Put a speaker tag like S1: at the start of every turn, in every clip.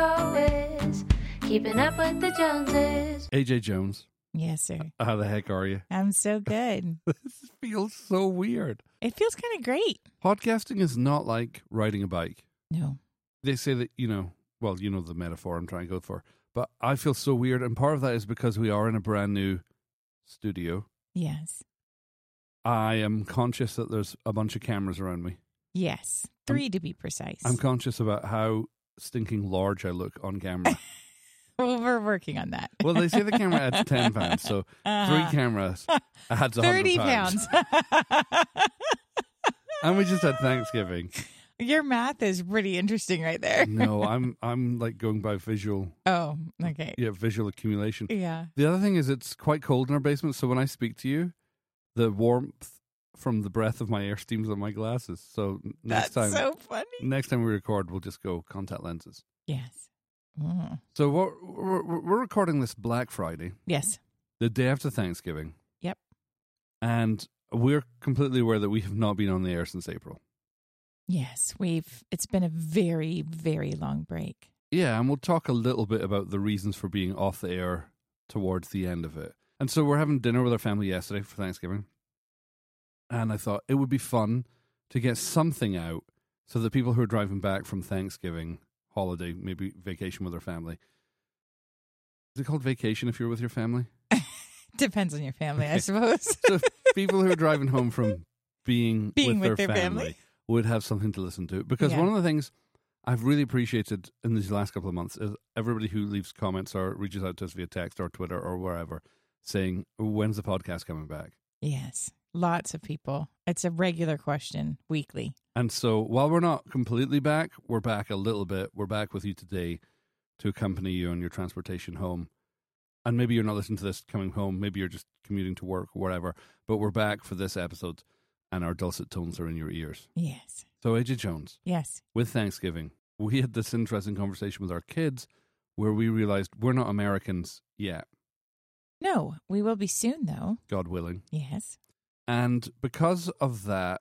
S1: Joneses. Keeping up with the Joneses.
S2: AJ Jones,
S3: Yes, sir.
S2: how the heck are you?
S3: I'm so good.
S2: This feels so weird.
S3: it feels kind of great.
S2: Podcasting is not like riding a bike.
S3: No.
S2: They say that, you know, well, you know the metaphor I'm trying to go for, but I feel so weird. And part of that is because we are in a brand new studio.
S3: Yes.
S2: I am conscious that there's a bunch of cameras around me.
S3: Yes. 3 to be precise.
S2: I'm conscious about how stinking large I look on camera.
S3: Well, we're working on that.
S2: well, they say the camera adds 10 pounds, so three
S3: Uh-huh.
S2: cameras adds 100
S3: 30
S2: Ah. pounds.
S3: pounds.
S2: And we just had Thanksgiving.
S3: Your math is pretty interesting right there.
S2: No, I'm I'm like going by visual,
S3: Oh, okay.
S2: yeah, visual accumulation.
S3: Yeah.
S2: The other thing is it's quite cold in our basement, so when I speak to you, the warmth from the breath of my air steams on my glasses. So n- next time,
S3: That's so funny.
S2: next time we record, we'll just go contact lenses.
S3: Yes. Mm.
S2: So what we're, we're we're recording this Black Friday,
S3: Yes.
S2: the day after Thanksgiving.
S3: Yep.
S2: And we're completely aware that we have not been on the air since April.
S3: Yes. We've it's been a very very long break.
S2: Yeah, and we'll talk a little bit about the reasons for being off the air towards the end of it. And so we're having dinner with our family yesterday for Thanksgiving. And I thought it would be fun to get something out so that people who are driving back from Thanksgiving holiday, maybe vacation with their family. Is it called vacation if you're with your family?
S3: Depends on your family, I suppose.
S2: So if people who are driving home from being,
S3: Being
S2: with,
S3: with
S2: their,
S3: their
S2: family,
S3: family.
S2: would have something to listen to. Because
S3: Yeah.
S2: one of the things I've really appreciated in these last couple of months is everybody who leaves comments or reaches out to us via text or Twitter or wherever saying, When's the podcast coming back?
S3: yes. Lots of people. It's a regular question weekly.
S2: And so while we're not completely back, we're back a little bit. We're back with you today to accompany you on your transportation home. And maybe you're not listening to this coming home. Maybe you're just commuting to work, whatever. But we're back for this episode, and our dulcet tones are in your ears.
S3: Yes.
S2: So, AJ Jones,
S3: Yes.
S2: with Thanksgiving, we had this interesting conversation with our kids where we realized we're not Americans yet,
S3: No, we will be soon though.
S2: God willing.
S3: Yes.
S2: And because of that,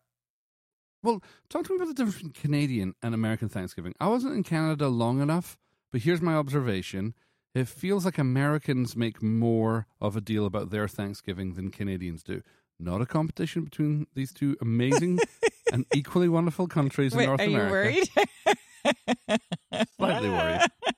S2: well, talk to me about the difference between Canadian and American Thanksgiving. I wasn't in Canada long enough, but here's my observation. It feels like Americans make more of a deal about their Thanksgiving than Canadians do. Not a competition between these two amazing and equally wonderful countries in
S3: Wait,
S2: North
S3: are
S2: America.
S3: you worried?
S2: Slightly worried.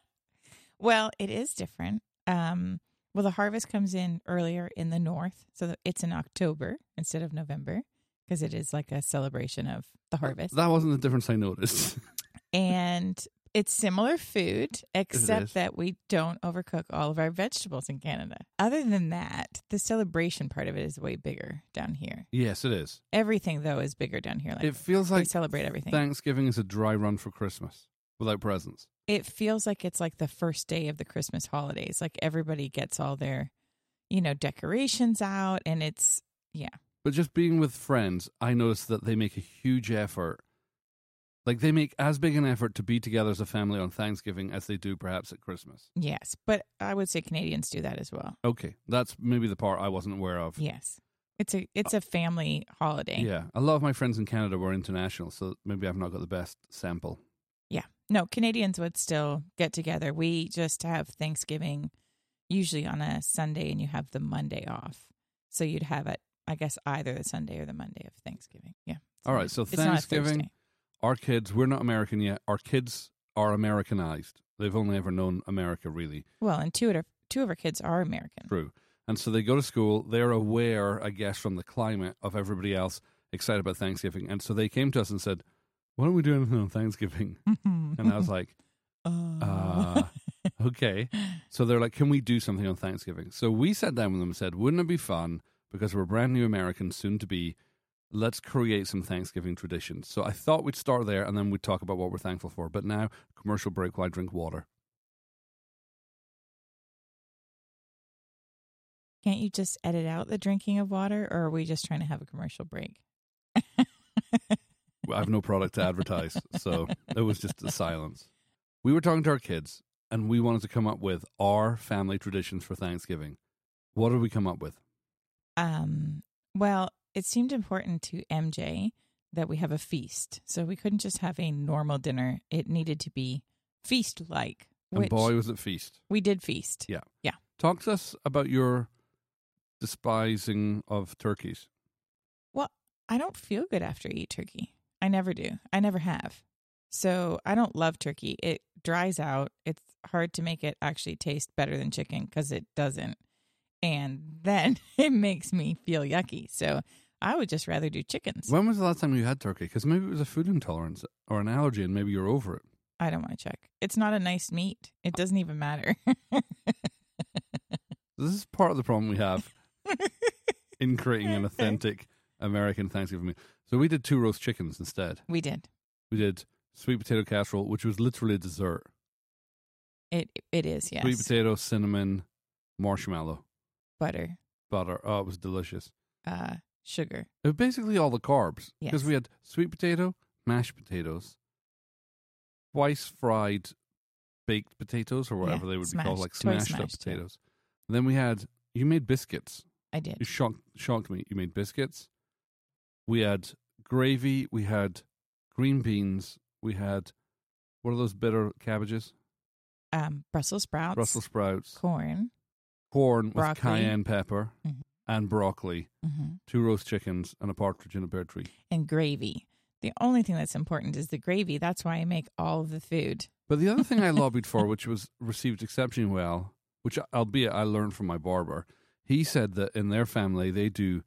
S3: Well, it is different. Um, well, the harvest comes in earlier in the north, so that it's in October instead of November because it is like a celebration of the harvest.
S2: That wasn't the difference I noticed.
S3: and it's similar food,
S2: is.
S3: except that we don't overcook all of our vegetables in Canada. Other than that, the celebration part of it is way bigger down here.
S2: yes, it is.
S3: Everything though is bigger down here. Like
S2: it feels
S3: they
S2: like
S3: celebrate everything.
S2: Thanksgiving is a dry run for Christmas without presents.
S3: it feels like it's like the first day of the Christmas holidays. Like everybody gets all their, you know, decorations out and it's
S2: But just being with friends, I noticed that they make a huge effort. Like they make as big an effort to be together as a family on Thanksgiving as they do perhaps at Christmas.
S3: yes, but I would say Canadians do that as well.
S2: Okay, that's maybe the part I wasn't aware of.
S3: Yes. It's a it's a family holiday.
S2: Yeah, a lot of my friends in Canada were international, so maybe I've not got the best sample.
S3: No, Canadians would still get together. We just have Thanksgiving usually on a Sunday and you have the Monday off. So you'd have it I guess either the Sunday or the Monday of Thanksgiving. Yeah.
S2: All right, so
S3: It's not a
S2: Thanksgiving,
S3: Thursday.
S2: our kids, we're not American yet. Our kids are Americanized. They've only ever known America, really.
S3: Well, and two of two of our kids are American.
S2: True. And so they go to school. They're aware, I guess, from the climate of everybody else excited about Thanksgiving. And so they came to us and said, Why don't we do anything on Thanksgiving? And I was like, uh, Okay. So they're like, Can we do something on Thanksgiving? So we sat down with them and said, Wouldn't it be fun? Because we're brand new Americans, soon to be. Let's create some Thanksgiving traditions. So I thought we'd start there and then we'd talk about what we're thankful for. But now, commercial break while I drink water.
S3: Can't you just edit out the drinking of water, or are we just trying to have a commercial break?
S2: I have no product to advertise. So it was just a silence. We were talking to our kids and we wanted to come up with our family traditions for Thanksgiving. What did we come up with?
S3: Um, well, it seemed important to MJ that we have a feast, so we couldn't just have a normal dinner. It needed to be feast like.
S2: and
S3: Which
S2: boy was it feast.
S3: we did feast.
S2: Yeah. Talk to us about your despising of turkeys.
S3: I don't feel good after I eat turkey. I never do. I never have. So I don't love turkey. It dries out. It's hard to make it actually taste better than chicken because it doesn't. And then it makes me feel yucky. So I would just rather do chickens.
S2: When was the last time you had turkey? Because maybe it was a food intolerance or an allergy, and maybe you're over it.
S3: I don't want to check. It's not a nice meat. It doesn't even matter.
S2: This is part of the problem we have in creating an authentic American Thanksgiving meal. So we did two roast chickens instead.
S3: we did.
S2: We did sweet potato casserole, which was literally a dessert.
S3: It it is, yes.
S2: Sweet potato, cinnamon, marshmallow,
S3: Butter,
S2: butter. Oh, it was delicious.
S3: uh, sugar.
S2: It was basically all the carbs because
S3: Yes.
S2: we had sweet potato, mashed potatoes, twice fried baked potatoes or whatever
S3: Yeah,
S2: they would be called,
S3: smashed,
S2: like
S3: twice
S2: smashed, up
S3: smashed, yeah.
S2: potatoes. And then we had you made biscuits.
S3: I
S2: You
S3: did.
S2: shocked shocked me. You made biscuits. We had gravy. We had green beans. We had what are those bitter cabbages?
S3: Um, Brussels sprouts,
S2: Brussels sprouts.
S3: corn.
S2: Corn with
S3: Broccoli.
S2: cayenne pepper
S3: Mhm.
S2: and broccoli.
S3: hmm
S2: Two roast chickens and a partridge in a pear tree.
S3: and gravy. The only thing that's important is the gravy. That's why I make all of the food.
S2: But the other thing I lobbied for, which was received exceptionally well, which albeit I learned from my barber, he said that in their family they do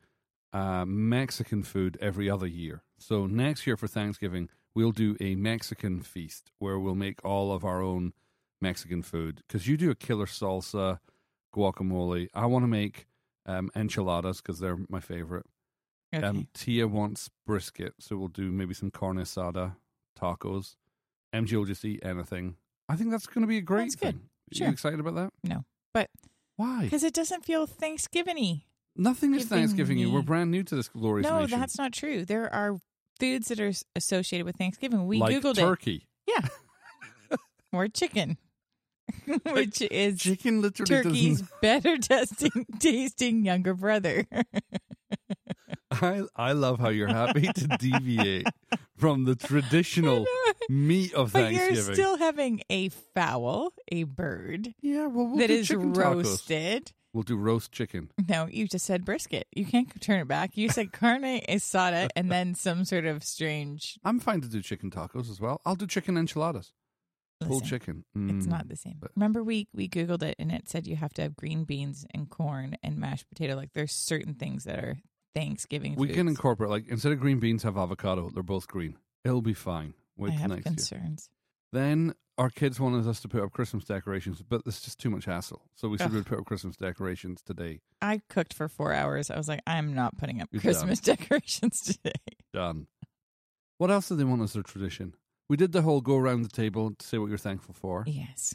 S2: uh, Mexican food every other year. So next year for Thanksgiving we'll do a Mexican feast where we'll make all of our own Mexican food because you do a killer salsa, guacamole. I want to make um, enchiladas because they're my favorite.
S3: Okay.
S2: Um, Tia wants brisket, so we'll do maybe some carne asada, tacos. MG will just eat anything. I think that's going to be a great
S3: That's
S2: thing.
S3: good. Sure.
S2: You excited about that?
S3: No, but-
S2: why?
S3: Because it doesn't feel Thanksgiving
S2: Nothing is
S3: giving
S2: Thanksgiving. You
S3: me-
S2: we're brand new to this glorious
S3: No,
S2: nation.
S3: that's not true. There are foods that are s- associated with Thanksgiving. We
S2: like
S3: Googled it.
S2: turkey.
S3: More chicken, which is
S2: Chicken literally
S3: turkey's
S2: doesn't.
S3: better testing, tasting younger brother.
S2: I I love how you're happy to deviate from the traditional meat of
S3: but you're
S2: Thanksgiving.
S3: still having a fowl, a bird
S2: yeah, well, we'll
S3: that
S2: do
S3: is
S2: chicken tacos.
S3: roasted.
S2: We'll do roast chicken.
S3: No, you just said brisket. You can't turn it back. You said carne asada and then some sort of strange.
S2: I'm fine to do chicken tacos as well. I'll do chicken enchiladas, pulled
S3: Listen,
S2: chicken. Mm.
S3: It's not the same.
S2: but-
S3: Remember, we we googled it and it said you have to have green beans and corn and mashed potato. Like there's certain things that are Thanksgiving.
S2: We can
S3: foods.
S2: incorporate like instead of green beans, have avocado. They're both green. It'll be fine. Wait
S3: I
S2: till
S3: have
S2: next year.
S3: concerns.
S2: Then our kids wanted us to put up Christmas decorations, but it's just too much hassle. So we said
S3: Ugh.
S2: we'd put up Christmas decorations today.
S3: I cooked for four hours. I was like, I'm not putting up
S2: You're done.
S3: Christmas decorations today.
S2: Done. What else did they want as their tradition? We did the whole go around the table to say what you're thankful for,
S3: yes,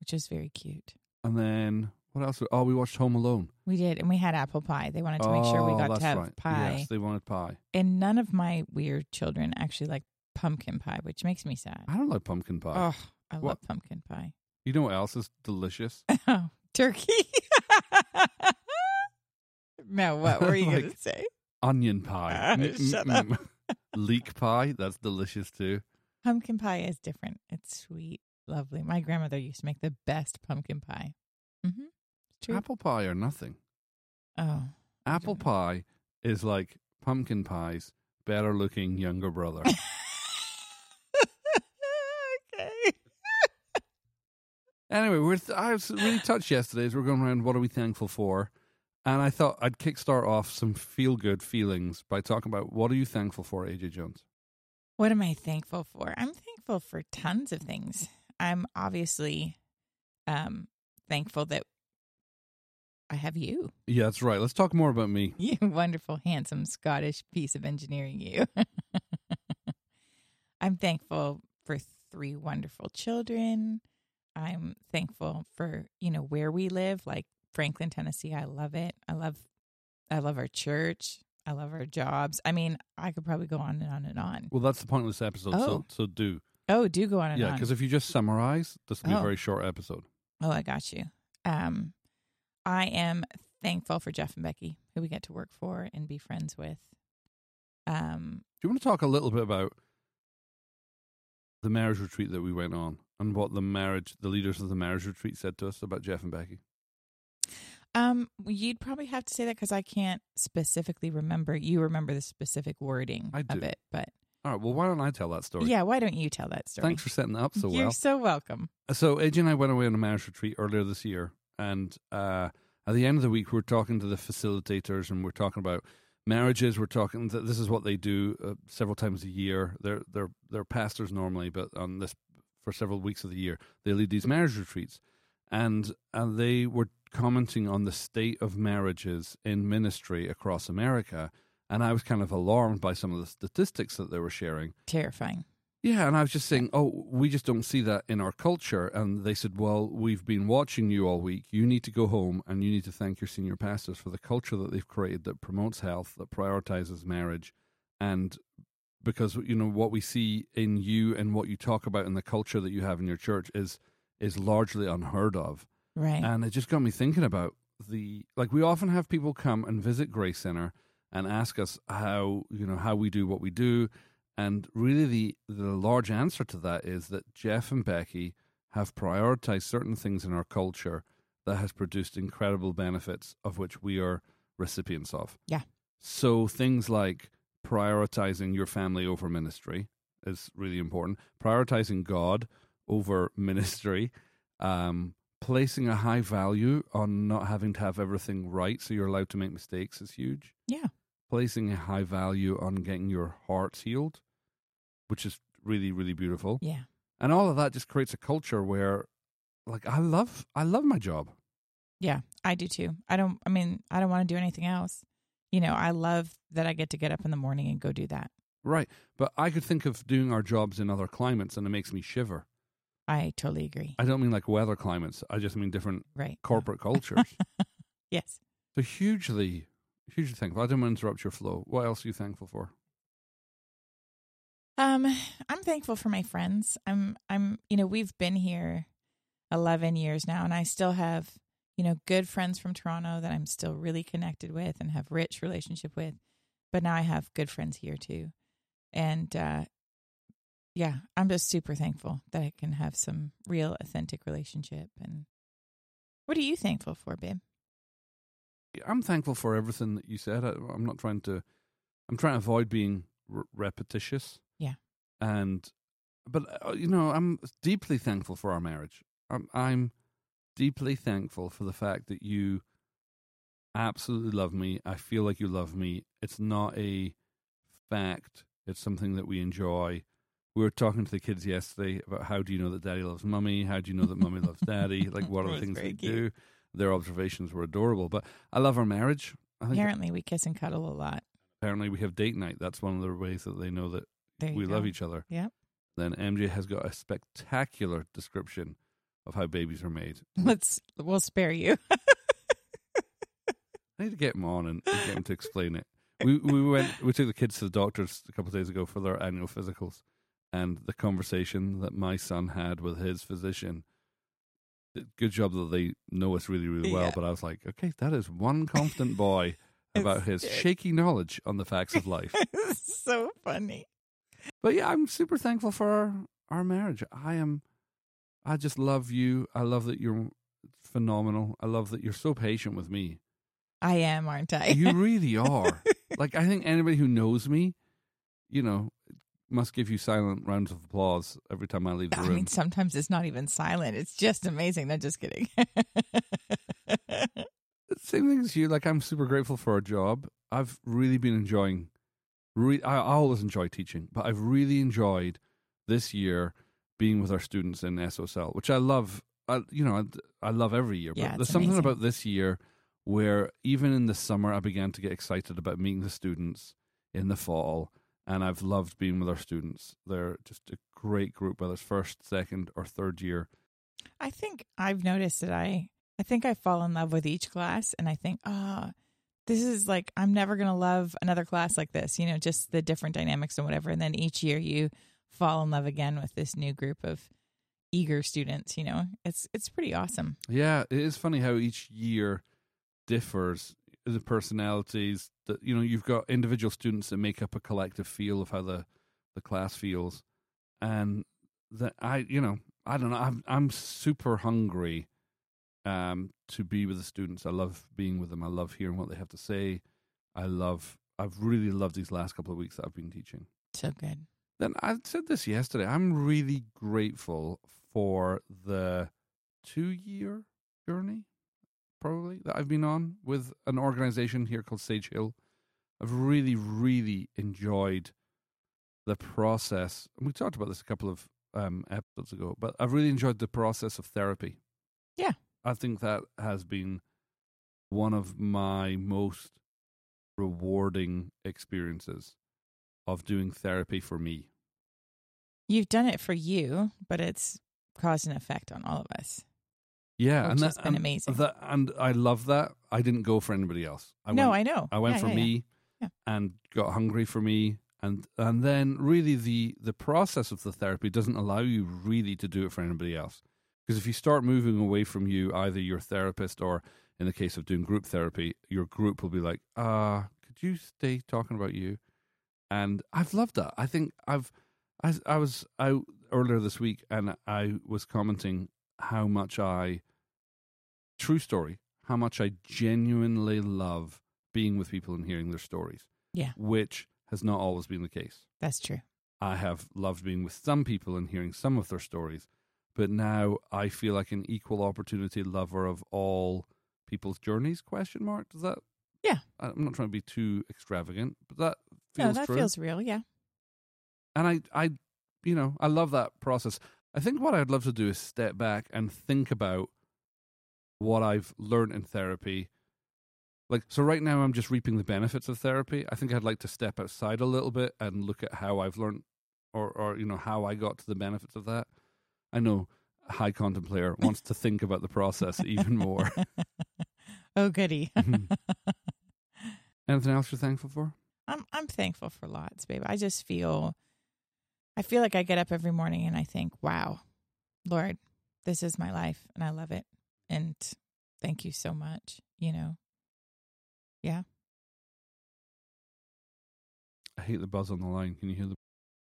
S3: which is very cute.
S2: and then what else? Oh, we watched Home Alone.
S3: We did, and we had apple pie. They wanted to make sure
S2: Oh,
S3: we got
S2: that's
S3: to have
S2: right.
S3: pie.
S2: Yes, they wanted pie.
S3: and none of my weird children actually like pumpkin pie, which makes me sad.
S2: I don't like pumpkin pie.
S3: Oh, I
S2: What?
S3: love pumpkin pie.
S2: You know what else is delicious?
S3: Oh, turkey. no, what were you gonna
S2: Like-
S3: say?
S2: Onion pie.
S3: Ah, shut
S2: up. Leek pie. That's delicious too.
S3: Pumpkin pie is different. It's sweet, lovely. My grandmother used to make the best pumpkin pie. Mm-hmm. True.
S2: Apple pie or nothing.
S3: oh,
S2: Apple
S3: don't know.
S2: pie is like pumpkin pie's better looking younger brother.
S3: okay.
S2: anyway, we're th- I was really touched yesterday as we're going around. What are we thankful for? And I thought I'd kickstart off some feel good feelings by talking about what are you thankful for, AJ Jones?
S3: What am I thankful for? I'm thankful for tons of things. I'm obviously um thankful that I have you.
S2: Yeah, that's right. Let's talk more about me.
S3: You wonderful, handsome Scottish piece of engineering you. I'm thankful for three wonderful children. I'm thankful for, you know, where we live, like Franklin, Tennessee. I love it. I love I love our church. I love our jobs. I mean, I could probably go on and on and on.
S2: Well, that's the point of this episode. So,
S3: Oh.
S2: so do.
S3: Oh, do go on and
S2: Yeah,
S3: on.
S2: because if you just summarize, this will be a
S3: Oh.
S2: very short episode.
S3: Oh, I got you. Um, I am thankful for Jeff and Becky, who we get to work for and be friends with. Um,
S2: Do you want to talk a little bit about the marriage retreat that we went on? and what the marriage, the leaders of the marriage retreat said to us about Jeff and Becky?
S3: Um, you'd probably have to say that because I can't specifically remember. You remember the specific wording
S2: I
S3: of
S2: do.
S3: it, but
S2: All right. Well, why don't I tell that story?
S3: yeah. Why don't you tell that story?
S2: Thanks for setting that up so
S3: You're
S2: well.
S3: so welcome.
S2: So AJ and I went away on a marriage retreat earlier this year, and uh, at the end of the week, we're talking to the facilitators, and we're talking about marriages. We're talking that this is what they do uh, several times a year. They're they're they're pastors normally, but on this for several weeks of the year, they lead these marriage retreats, and and they were commenting on the state of marriages in ministry across America, and I was kind of alarmed by some of the statistics that they were sharing.
S3: Terrifying.
S2: Yeah, and I was just saying, oh, we just don't see that in our culture. And they said, well, we've been watching you all week. You need to go home and you need to thank your senior pastors for the culture that they've created that promotes health, that prioritizes marriage. And because, you know, what we see in you and what you talk about in the culture that you have in your church is is largely unheard of.
S3: Right.
S2: And it just got me thinking about the like we often have people come and visit Grace Center and ask us how you know how we do what we do, and really the the large answer to that is that Jeff and Becky have prioritized certain things in our culture that has produced incredible benefits of which we are recipients of.
S3: Yeah.
S2: So things like prioritizing your family over ministry is really important. Prioritizing God over ministry. Um, placing a high value on not having to have everything right so you're allowed to make mistakes is huge.
S3: Yeah.
S2: Placing a high value on getting your heart healed, which is really, really beautiful.
S3: yeah.
S2: And all of that just creates a culture where like I love I love my job.
S3: Yeah. I do too. I don't. I mean, I don't want to do anything else. You know, I love that I get to get up in the morning and go do that.
S2: Right. But I could think of doing our jobs in other climates and it makes me shiver.
S3: I totally agree.
S2: I don't mean like weather climates. I just mean different
S3: right.
S2: corporate cultures.
S3: Yes.
S2: So hugely, hugely thankful. I didn't want to interrupt your flow. What else are you thankful for?
S3: Um, I'm thankful for my friends. I'm I'm you know, we've been here 11 years now and I still have, you know, good friends from Toronto that I'm still really connected with and have rich relationship with. But now I have good friends here too. And uh yeah, I'm just super thankful that I can have some real authentic relationship and What are you thankful for, babe?
S2: I'm thankful for everything that you said. I, I'm not trying to. I'm trying to avoid being r- repetitious.
S3: Yeah.
S2: And, but uh, you know, I'm deeply thankful for our marriage. I'm, I'm deeply thankful for the fact that you absolutely love me. I feel like you love me. It's not a fact. It's something that we enjoy. We were talking to the kids yesterday about how do you know that daddy loves mummy? How do you know that mummy loves daddy? Like, what are
S3: That
S2: the
S3: was
S2: things
S3: very
S2: they
S3: cute.
S2: do? Their observations were adorable. But I love our marriage. I think
S3: Apparently we kiss and cuddle a lot.
S2: apparently we have date night. That's one of the ways that they know that
S3: There you
S2: we love
S3: go.
S2: each other.
S3: Yep.
S2: Then MJ has got a spectacular description of how babies are made.
S3: Let's we'll spare you.
S2: I need to get him on and and get him to explain it. We we went we took the kids to the doctors a couple of days ago for their annual physicals, and the conversation that my son had with his physician. Good job that they know us really really well,
S3: Yeah.
S2: but I was like, okay, that is one confident boy about his shaky knowledge on the facts of life.
S3: so funny.
S2: But yeah, I'm super thankful for our, our marriage. I am, I just love you. I love that you're phenomenal. I love that you're so patient with me.
S3: I am, aren't I?
S2: You really are. like, I think anybody who knows me, you know, must give you silent rounds of applause every time I leave the
S3: I
S2: room.
S3: mean, sometimes it's not even silent. It's just amazing. No, just kidding.
S2: Same thing as you. Like, I'm super grateful for our job. I've really been enjoying. Re- I I always enjoy teaching, but I've really enjoyed this year being with our students in SOSL, which I love. I, you know, I, I love every year, but
S3: Yeah, it's
S2: there's something
S3: amazing.
S2: about this year where even in the summer, I began to get excited about meeting the students in the fall, and I've loved being with our students. They're just a great group, whether it's first, second, or third year.
S3: I think I've noticed that I, I think I fall in love with each class, and I think, ah, this is like I'm never gonna love another class like this. You know, just the different dynamics and whatever. And then each year you fall in love again with this new group of eager students. You know, it's it's pretty awesome.
S2: Yeah, it is funny how each year differs the personalities that you know you've got individual students that make up a collective feel of how the the class feels and that I you know I don't know. I'm I'm super hungry um to be with the students. I love being with them. I love hearing what they have to say. I love I've really loved these last couple of weeks that I've been teaching.
S3: So good.
S2: Then I said this yesterday. I'm really grateful for the two year journey, probably, that I've been on with an organization here called Sage Hill. I've really, really enjoyed the process. And we talked about this a couple of um, episodes ago, but I've really enjoyed the process of therapy.
S3: Yeah.
S2: I think that has been one of my most rewarding experiences of doing therapy for me.
S3: You've done it for you, but it's caused an effect on all of us.
S2: Yeah,
S3: Which
S2: and
S3: has
S2: that's
S3: been amazing.
S2: That, and I love that. I didn't go for anybody else. I
S3: no,
S2: went,
S3: I know.
S2: I went
S3: Yeah,
S2: for
S3: yeah, yeah.
S2: me
S3: Yeah.
S2: and got hungry for me, and and then really the the process of the therapy doesn't allow you really to do it for anybody else because if you start moving away from you, either your therapist or in the case of doing group therapy, your group will be like, "Ah, could you stay talking about you?" And I've loved that. I think I've I, I was out earlier this week and I was commenting how much I true story, how much I genuinely love being with people and hearing their stories.
S3: Yeah.
S2: Which has not always been the case.
S3: That's true.
S2: I have loved being with some people and hearing some of their stories, but now I feel like an equal opportunity lover of all people's journeys? Question mark. Does that?
S3: Yeah.
S2: I- I'm not trying to be too extravagant, but that
S3: no,
S2: feels
S3: that
S2: true.
S3: feels real. Yeah.
S2: and I, I, you know, I love that process. I think what I'd love to do is step back and think about what I've learned in therapy. Like, so right now I'm just reaping the benefits of therapy. I think I'd like to step outside a little bit and look at how I've learned or, or you know, how I got to the benefits of that. I know a high contemplator wants to think about the process even more.
S3: oh, goody.
S2: Anything else you're thankful for?
S3: I'm I'm thankful for lots, babe. I just feel I feel like I get up every morning and I think, "Wow, Lord, this is my life and I love it." And thank you so much, you know.
S2: I hate the buzz on the line. Can you hear the?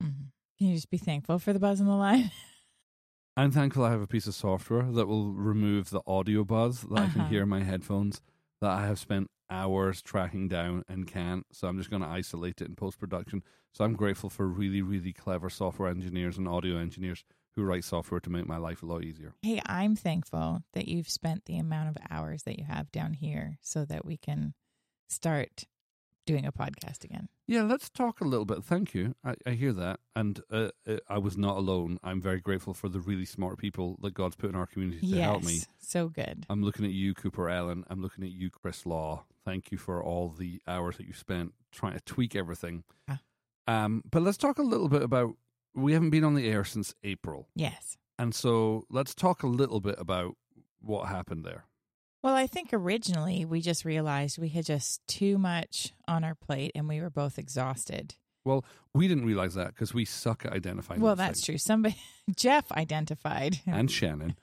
S2: Mm-hmm.
S3: Mhm. Can you just be thankful for the buzz on the line?
S2: I'm thankful I have a piece of software that will remove the audio buzz that I can
S3: Uh-huh.
S2: hear in my headphones that I have spent hours tracking down and can't. So I'm just going to isolate it in post production. So I'm grateful for really, really clever software engineers and audio engineers who write software to make my life a lot easier.
S3: hey, I'm thankful that you've spent the amount of hours that you have down here so that we can start doing a podcast again.
S2: Yeah, let's talk a little bit. Thank you. I, I hear that. And uh, uh, I was not alone. I'm very grateful for the really smart people that God's put in our community to
S3: yes.
S2: help me.
S3: So good.
S2: I'm looking at you, Cooper Allen. I'm looking at you, Chris Law. Thank you for all the hours that you spent trying to tweak everything.
S3: Ah.
S2: Um, but let's talk a little bit about. We haven't been on the air since April,
S3: Yes.
S2: and so let's talk a little bit about what happened there.
S3: Well, I think originally we just realized we had just too much on our plate and we were both exhausted.
S2: We didn't realize that because we suck at identifying.
S3: well,
S2: those
S3: that's
S2: things.
S3: true. Somebody, Jeff identified
S2: And Shannon,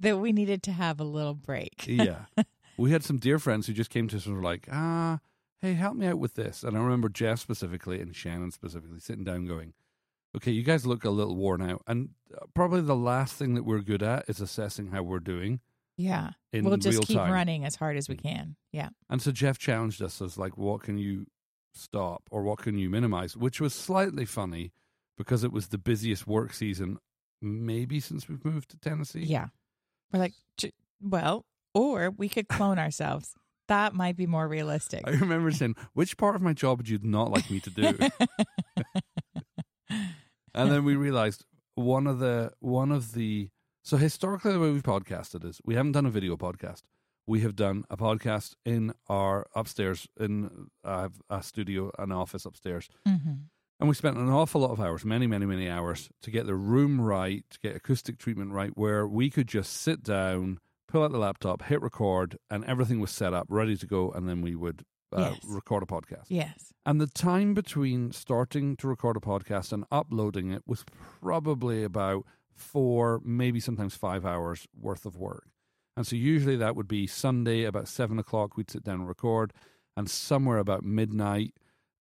S3: that we needed to have a little break.
S2: yeah, we had some dear friends who just came to us and were like, "Ah, hey, help me out with this." And I remember Jeff specifically and Shannon specifically sitting down, going, okay, you guys look a little worn out. And uh, probably the last thing that we're good at is assessing how we're doing
S3: Yeah.
S2: in
S3: we'll just
S2: real
S3: keep
S2: time.
S3: running as hard as we can. Yeah.
S2: And so Jeff challenged us as like, what can you stop or what can you minimize? Which was slightly funny because it was the busiest work season maybe since we've moved to Tennessee.
S3: Yeah. We're like, "J- well, or we could clone ourselves. That might be more realistic.
S2: I remember saying, which part of my job would you not like me to do? and then we realized one of the one of the so historically the way we've podcasted is we haven't done a video podcast we have done a podcast in our upstairs in uh, a studio an office upstairs
S3: Mhm.
S2: and we spent an awful lot of hours many many many hours to get the room right to get acoustic treatment right where we could just sit down pull out the laptop hit record and everything was set up ready to go and then we would uh,
S3: Yes.
S2: record a podcast
S3: Yes.
S2: and the time between starting to record a podcast and uploading it was probably about four, maybe sometimes five hours worth of work. And so usually that would be Sunday about seven o'clock, we'd sit down and record. And somewhere about midnight,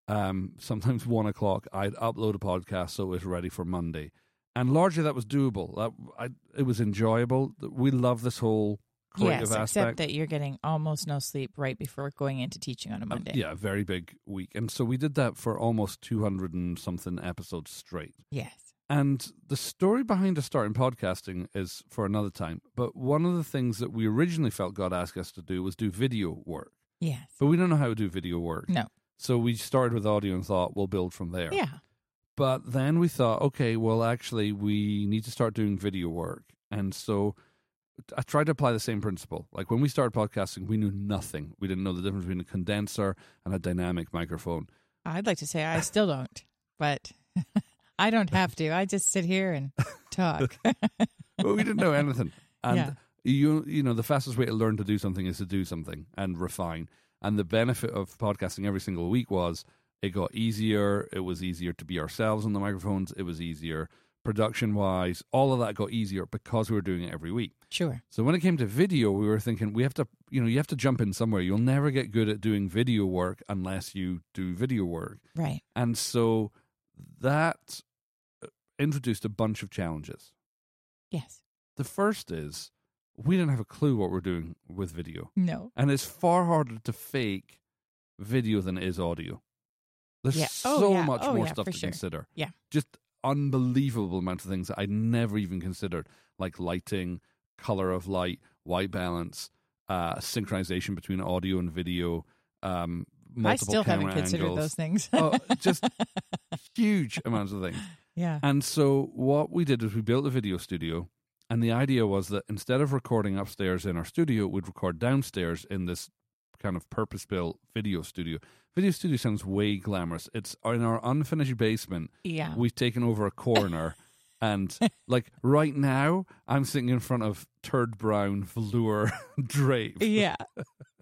S2: um, sometimes one o'clock, I'd upload a podcast so it was ready for Monday. and largely that was doable. That I, it was enjoyable. We love this whole creative
S3: yes,
S2: aspect.
S3: except that you're getting almost no sleep right before going into teaching on a
S2: Uh,
S3: Monday.
S2: yeah, a very big week, and so we did that for almost two hundred and something episodes straight.
S3: Yes.
S2: And the story behind us starting podcasting is for another time. But one of the things that we originally felt God asked us to do was do video work,
S3: Yes.
S2: but we don't know how to do video work.
S3: No.
S2: So we started with audio and thought we'll build from there.
S3: Yeah.
S2: But then we thought, okay, well, actually, we need to start doing video work. And so I tried to apply the same principle. Like when we started podcasting, we knew nothing. We didn't know the difference between a condenser and a dynamic microphone.
S3: I'd like to say I still don't, but I don't have to. I just sit here and talk.
S2: But we didn't know anything. And
S3: Yeah.
S2: you, you know, the fastest way to learn to do something is to do something and refine. And the benefit of podcasting every single week was it got easier. It was easier to be ourselves on the microphones. It was easier production wise. All of that got easier because we were doing it every week.
S3: sure.
S2: So when it came to video, we were thinking we have to, you know, you have to jump in somewhere. You'll never get good at doing video work unless you do video work.
S3: Right.
S2: And so that uh, introduced a bunch of challenges.
S3: Yes.
S2: The first is we didn't have a clue what we're doing with video.
S3: No.
S2: And it's far harder to fake video than it is audio. There's
S3: Yeah.
S2: so
S3: Oh, yeah.
S2: much
S3: Oh,
S2: more
S3: yeah,
S2: stuff
S3: for
S2: to
S3: sure.
S2: consider.
S3: Yeah.
S2: Just unbelievable amount of things that I never even considered, like lighting, color of light, white balance, uh, synchronization between audio and video, um,
S3: I
S2: multiple
S3: still haven't
S2: camera
S3: considered
S2: angles.
S3: those things.
S2: oh, just huge amounts of things.
S3: yeah.
S2: And so what we did is we built a video studio, and the idea was that instead of recording upstairs in our studio, we'd record downstairs in this kind of purpose-built video studio. Video studio sounds way glamorous. It's in our unfinished basement.
S3: Yeah.
S2: We've taken over a corner. And like right now, I'm sitting in front of turd brown velour drape
S3: yeah.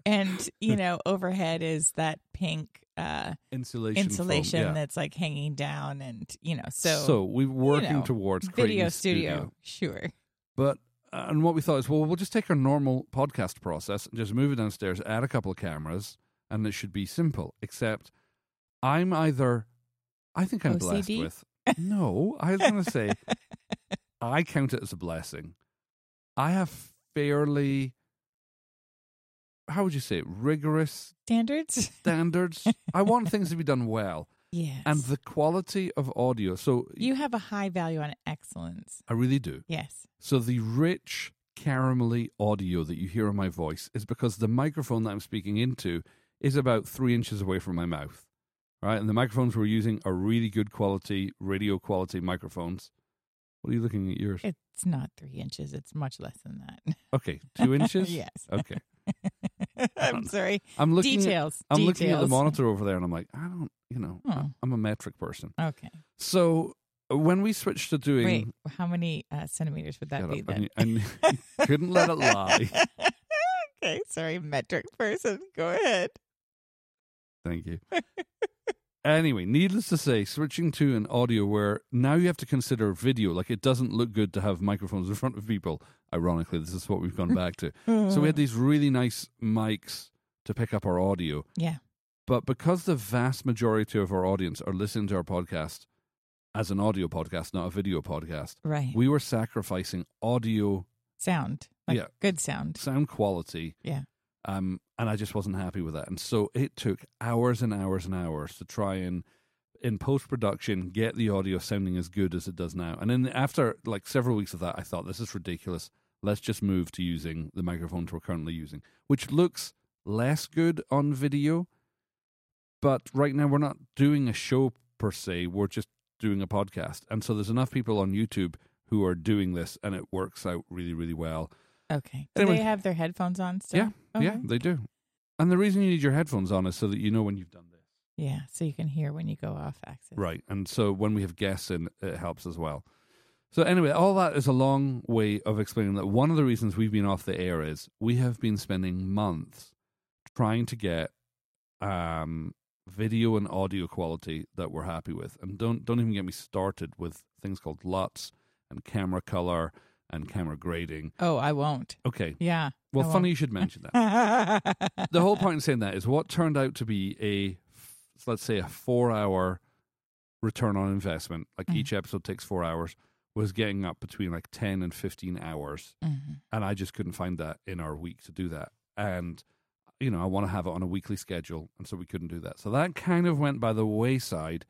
S3: And, you know, overhead is that pink uh,
S2: insulation. foam.
S3: insulation
S2: Yeah.
S3: that's like hanging down. And, you know, so,
S2: we're working
S3: know,
S2: towards creating
S3: video
S2: a studio.
S3: studio. Sure.
S2: But uh, and what we thought is, well, we'll just take our normal podcast process and just move it downstairs, add a couple of cameras, and it should be simple. Except, I'm either, I think I'm blessed
S3: OCD?
S2: with. No, I was going to say, I count it as a blessing. I have fairly, how would you say, it, rigorous
S3: Standards?
S2: standards. I want things to be done well,
S3: Yes.
S2: and the quality of audio. So
S3: you have a high value on excellence.
S2: I really do.
S3: Yes.
S2: So the rich caramelly audio that you hear in my voice is because the microphone that I'm speaking into is about three inches away from my mouth. Right, and the microphones we're using are really good quality, radio quality microphones. What are you looking at yours?
S3: It's not three inches. It's much less than that.
S2: Okay, two inches.
S3: yes.
S2: Okay,
S3: I'm sorry.
S2: I'm looking. At,
S3: details.
S2: I'm
S3: details.
S2: looking at the monitor over there, and I'm like, I don't, you know,
S3: Hmm.
S2: I'm a metric person.
S3: Okay.
S2: So when we switched to doing,
S3: Wait, how many uh, centimeters would that
S2: Shut
S3: be
S2: up. I
S3: then?
S2: knew- I knew- couldn't let it lie.
S3: okay, sorry, metric person. Go ahead.
S2: Thank you. anyway, needless to say, switching to an audio where now you have to consider video. Like it doesn't look good to have microphones in front of people. Ironically, this is what we've gone back to. so we had these really nice mics to pick up our audio.
S3: Yeah.
S2: But because the vast majority of our audience are listening to our podcast as an audio podcast, not a video podcast,
S3: right
S2: we were sacrificing audio
S3: sound. Like,
S2: Yeah.
S3: good sound.
S2: sound quality.
S3: Yeah.
S2: Um, and I just wasn't happy with that. And so it took hours and hours and hours to try and in post production get the audio sounding as good as it does now. And then after like several weeks of that, I thought this is ridiculous. Let's just move to using the microphones we're currently using, which looks less good on video. But right now we're not doing a show per se, we're just doing a podcast. And so there's enough people on YouTube who are doing this and it works out really, really well.
S3: Okay. Do
S2: Anyway.
S3: they have their headphones on still?
S2: Yeah,
S3: Okay.
S2: they do. And the reason you need your headphones on is so that you know when you've done this.
S3: Yeah. So you can hear when you go off axis.
S2: Right. And so when we have guests in, it helps as well. So, anyway, all that is a long way of explaining that one of the reasons we've been off the air is we have been spending months trying to get um, video and audio quality that we're happy with. And don't, don't even get me started with things called LUTs and camera color and camera grading.
S3: Oh, I won't.
S2: Okay.
S3: Yeah.
S2: Well,
S3: I
S2: funny you should mention that. the
S3: the
S2: whole point in saying that is what turned out to be a let's say a four hour return on investment like
S3: Mhm.
S2: each episode takes four hours was getting up between like 10 and 15 hours.
S3: Mhm.
S2: And I just couldn't find that in our week to do that. And, you know, I want to have it on a weekly schedule. And so we couldn't do that. So that kind of went by the wayside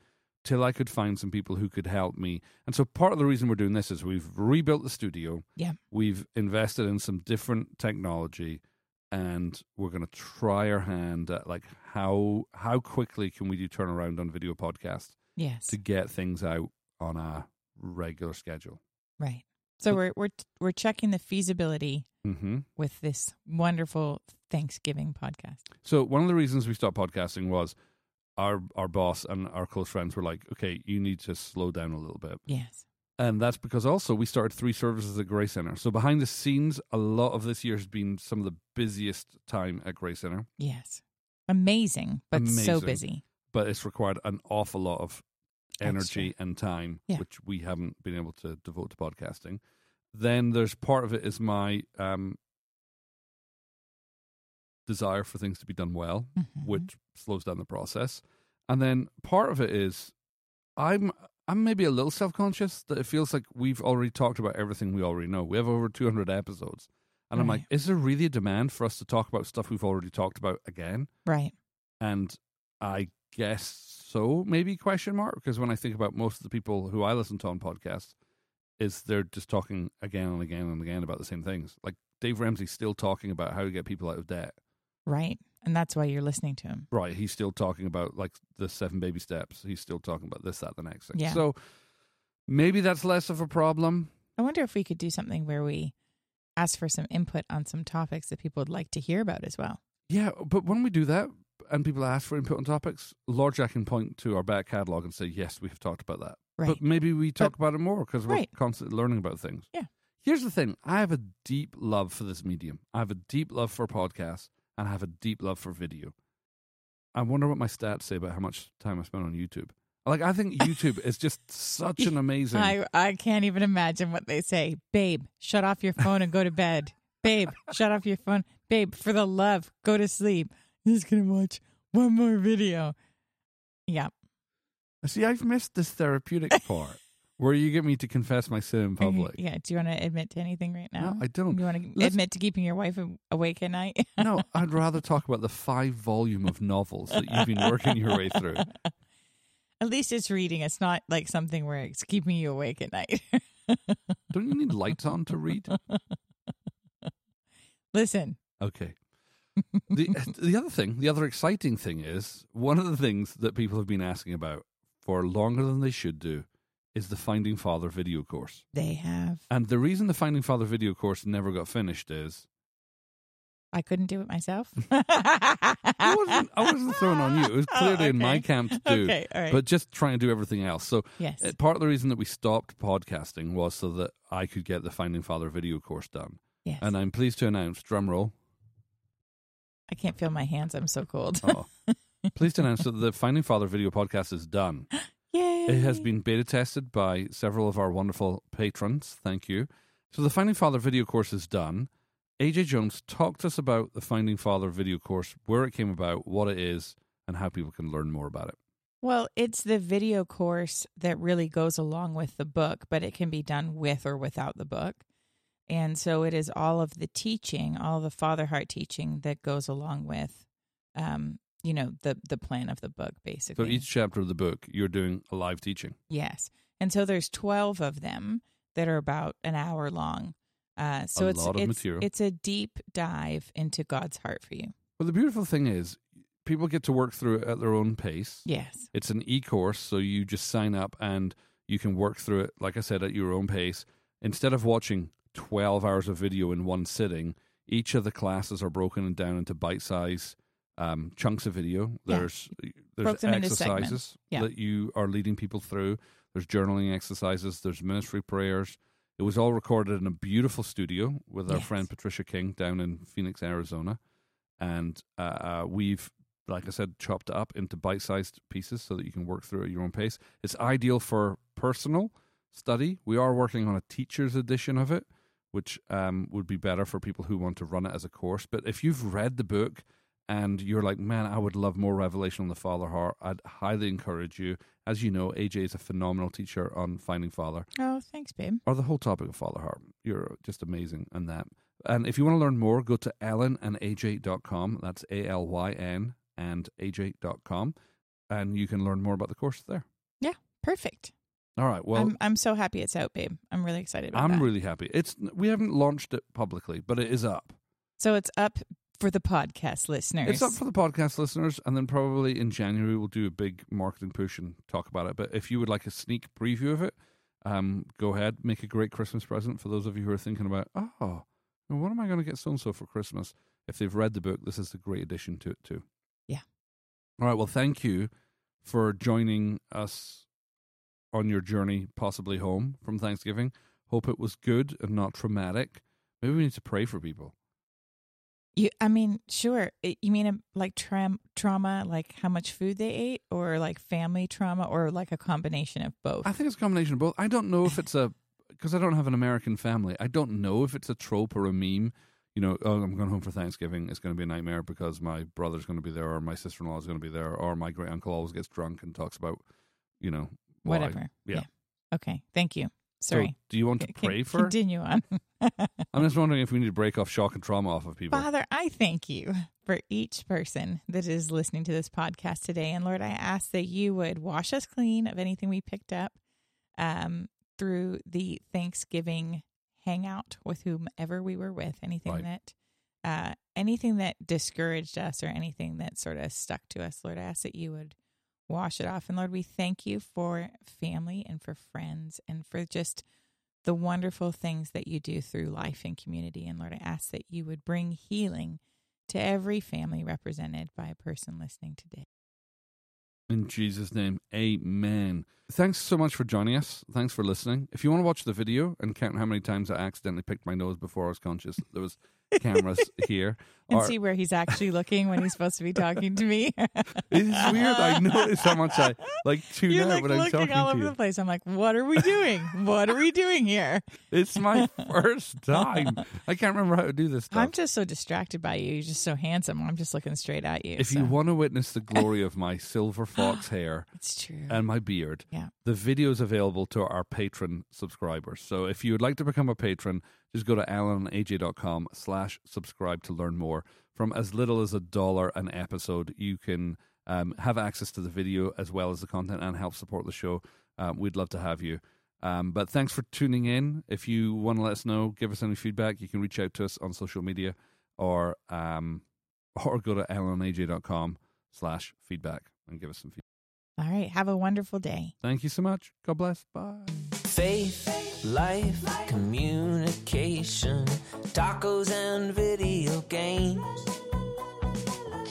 S2: till I could find some people who could help me. And so part of the reason we're doing this is we've rebuilt the studio.
S3: Yeah.
S2: We've invested in some different technology and we're going to try our hand at like how how quickly can we do turnaround on video podcasts
S3: Yes.
S2: to get things out on a regular schedule.
S3: right. So we're we're we're checking the feasibility
S2: hmm
S3: with this wonderful Thanksgiving podcast.
S2: So one of the reasons we stopped podcasting was our our boss and our close friends were like, "Okay, you need to slow down a little bit,"
S3: Yes.
S2: and that's because also we started three services at Grey Center. So behind the scenes, a lot of this year has been some of the busiest time at Grey Center,
S3: Yes. Amazing, but so
S2: Amazing.
S3: busy.
S2: but it's required an awful lot of energy and time,
S3: Yeah.
S2: which we haven't been able to devote to podcasting. Then there's part of it is my um, desire for things to be done well.
S3: Mhm.
S2: which slows down the process. And then part of it is I'm I'm maybe a little self conscious that it feels like we've already talked about everything we already know. We have over two hundred episodes. And I'm
S3: Right.
S2: like, is there really a demand for us to talk about stuff we've already talked about again?
S3: right.
S2: And I guess so, maybe question mark, because when I think about most of the people who I listen to on podcasts, is they're just talking again and again and again about the same things. Like Dave Ramsey's still talking about how to get people out of debt.
S3: Right. And that's why you're listening to him.
S2: Right. He's still talking about like the seven baby steps. He's still talking about this, that, the next thing.
S3: Yeah.
S2: So maybe that's less of a problem.
S3: I wonder if we could do something where we ask for some input on some topics that people would like to hear about as well.
S2: Yeah. But when we do that and people ask for input on topics, Lord Jack can point to our back catalogue and say, yes, we've talked about that.
S3: Right.
S2: But maybe we talk about it more because we're
S3: Right.
S2: constantly learning about things.
S3: Yeah.
S2: Here's the thing I have a deep love for this medium, I have a deep love for podcasts, and I have a deep love for video. I wonder what my stats say about how much time I spend on YouTube. Like, I think YouTube is just such an amazing.
S3: I I can't even imagine what they say. Babe, shut off your phone and go to bed. Babe, shut off your phone. Babe, for the love, go to sleep. I'm just gonna watch one more video. Yeah.
S2: See, I've missed this therapeutic part where you get me to confess my sin in public.
S3: Yeah. Do you want to admit to anything right now?
S2: No, I don't.
S3: you want to
S2: Let's-
S3: admit to keeping your wife a- awake at night?
S2: No, I'd rather talk about the five volume of novels that you've been working your way through.
S3: At least it's reading. It's not like something where it's keeping you awake at night.
S2: Don't you need lights on to read?
S3: Listen.
S2: Okay. The uh, the other thing, the other exciting thing is one of the things that people have been asking about for longer than they should do is the Finding Father video course.
S3: They have.
S2: And the reason the Finding Father video course never got finished is
S3: I couldn't do it myself.
S2: I
S3: I
S2: wasn't, I wasn't throwing on you. It was clearly in my camp to do.
S3: Oh, Okay, all right.
S2: But just try and do everything else. So
S3: yes.
S2: Uh, Part of the reason that we stopped podcasting was so that I could get the Finding Father video course done.
S3: yes.
S2: And I'm pleased to announce, drumroll,
S3: I can't feel my hands. I'm so cold.
S2: oh, pleased to announce that the Finding Father video podcast is done.
S3: Yay.
S2: It has been beta tested by several of our wonderful patrons. Thank you. So the Finding Father video course is done. AJ Jones talked to us about the Finding Father video course, where it came about, what it is, and how people can learn more about it.
S3: Well, it's the video course that really goes along with the book, but it can be done with or without the book. And so it is all of the teaching, all the father heart teaching that goes along with um, you know, the the plan of the book
S2: So
S3: basically.
S2: each chapter of the book, you're doing a live teaching.
S3: Yes. And so there's 12 of them that are about an hour long. Uh, so
S2: A
S3: it's
S2: lot of
S3: it's,
S2: material.
S3: it's a deep dive into God's heart for you.
S2: Well, the beautiful thing is, people get to work through it at their own pace.
S3: Yes.
S2: It's an e course, so you just sign up and you can work through it, like I said, at your own pace. Instead of watching 12 hours of video in one sitting, each of the classes are broken down into bite size um, chunks of video.
S3: Yeah.
S2: There's,
S3: Broke
S2: there's
S3: them into segments.
S2: exercises
S3: Yeah.
S2: that you are leading people through, there's journaling exercises, there's ministry prayers. It was all recorded in a beautiful studio with our
S3: Yes.
S2: friend Patricia King down in Phoenix, Arizona. And uh, uh, we've like I said, chopped up into bite sized pieces so that you can work through it at your own pace. It's ideal for personal study. We are working on a teacher's edition of it, which um, would be better for people who want to run it as a course. But if you've read the book and you're like, man, I would love more revelation on the father heart, I'd highly encourage you. As you know, AJ is a phenomenal teacher on finding father
S3: Oh, thanks, babe.
S2: or the whole topic of father heart. You're just amazing on that. And if you want to learn more, go to ellenandaj.com. That's A L Y N and AJ.com. And you can learn more about the course there.
S3: Perfect.
S2: All right. Well,
S3: I'm I'm so happy it's out, babe. I'm really excited about
S2: I'm
S3: that.
S2: really happy. It's we haven't launched it publicly, but it is up.
S3: so it's up for the podcast listeners.
S2: It's up for the podcast listeners, and then probably in January we'll do a big marketing push and talk about it. But if you would like a sneak preview of it, um, go ahead, make a great Christmas present for those of you who are thinking about, oh, well, what am I going to get so and so for Christmas? If they've read the book, this is a great addition to it too.
S3: Yeah.
S2: All right. Well, thank you for joining us on your journey, possibly home from Thanksgiving. Hope it was good and not traumatic. Maybe we need to pray for people.
S3: you. I mean, sure. It- you mean um, like tram, trauma, like how much food they ate, or like family trauma, or like a combination of both?
S2: I think it's a combination of both. I don't know if it's a because I don't have an American family. I don't know if it's a trope or a meme. You know, oh, I'm going home for Thanksgiving. It's going to be a nightmare because my brother's going to be there, or my sister in law is going to be there, or my great uncle always gets drunk and talks about, you know, why.
S3: Whatever.
S2: yeah.
S3: Okay. Thank you.
S2: So,
S3: Sorry.
S2: do you want to
S3: C-
S2: pray
S3: con-
S2: for?
S3: Continue on.
S2: I'm just wondering if we need to break off shock and trauma off of people.
S3: Father, I thank you for each person that is listening to this podcast today. And Lord, I ask that you would wash us clean of anything we picked up um, through the Thanksgiving hangout with whomever we were with, anything
S2: Right.
S3: that. Uh, anything that discouraged us or anything that sort of stuck to us, Lord, I ask that you would wash it off. And Lord, we thank you for family and for friends and for just the wonderful things that you do through life and community. And Lord, I ask that you would bring healing to every family represented by a person listening today.
S2: In Jesus' name, amen. Thanks so much for joining us. Thanks for listening. If you want to watch the video and count how many times I accidentally picked my nose before I was conscious, there was cameras here.
S3: And
S2: Or-
S3: see where he's actually looking when he's supposed to be talking to me.
S2: It's weird. I notice how much I like tune
S3: You're
S2: out
S3: like
S2: when I'm
S3: looking
S2: talking
S3: all
S2: to
S3: over
S2: you.
S3: the place. I'm like, what are we doing? What are we doing here?
S2: It's my first time. I can't remember how to do this stuff.
S3: I'm just so distracted by you. You're just so handsome. I'm just looking straight at you.
S2: if you
S3: so.
S2: want to witness the glory of my silver fox hair
S3: it's true.
S2: and my beard,
S3: Yeah.
S2: the video is available to our patron subscribers. So if you would like to become a patron, just go to alanaj.com slash subscribe to learn more. From as little as a dollar an episode, you can um, have access to the video as well as the content and help support the show. Um, we'd love to have you. Um, but thanks for tuning in. If you want to let us know, give us any feedback, you can reach out to us on social media or um, or go to alanaj.com slash feedback and give us some feedback.
S3: all right. Have a wonderful day.
S2: Thank you so much. God bless. Bye.
S4: Faith, life, communication, tacos and video games.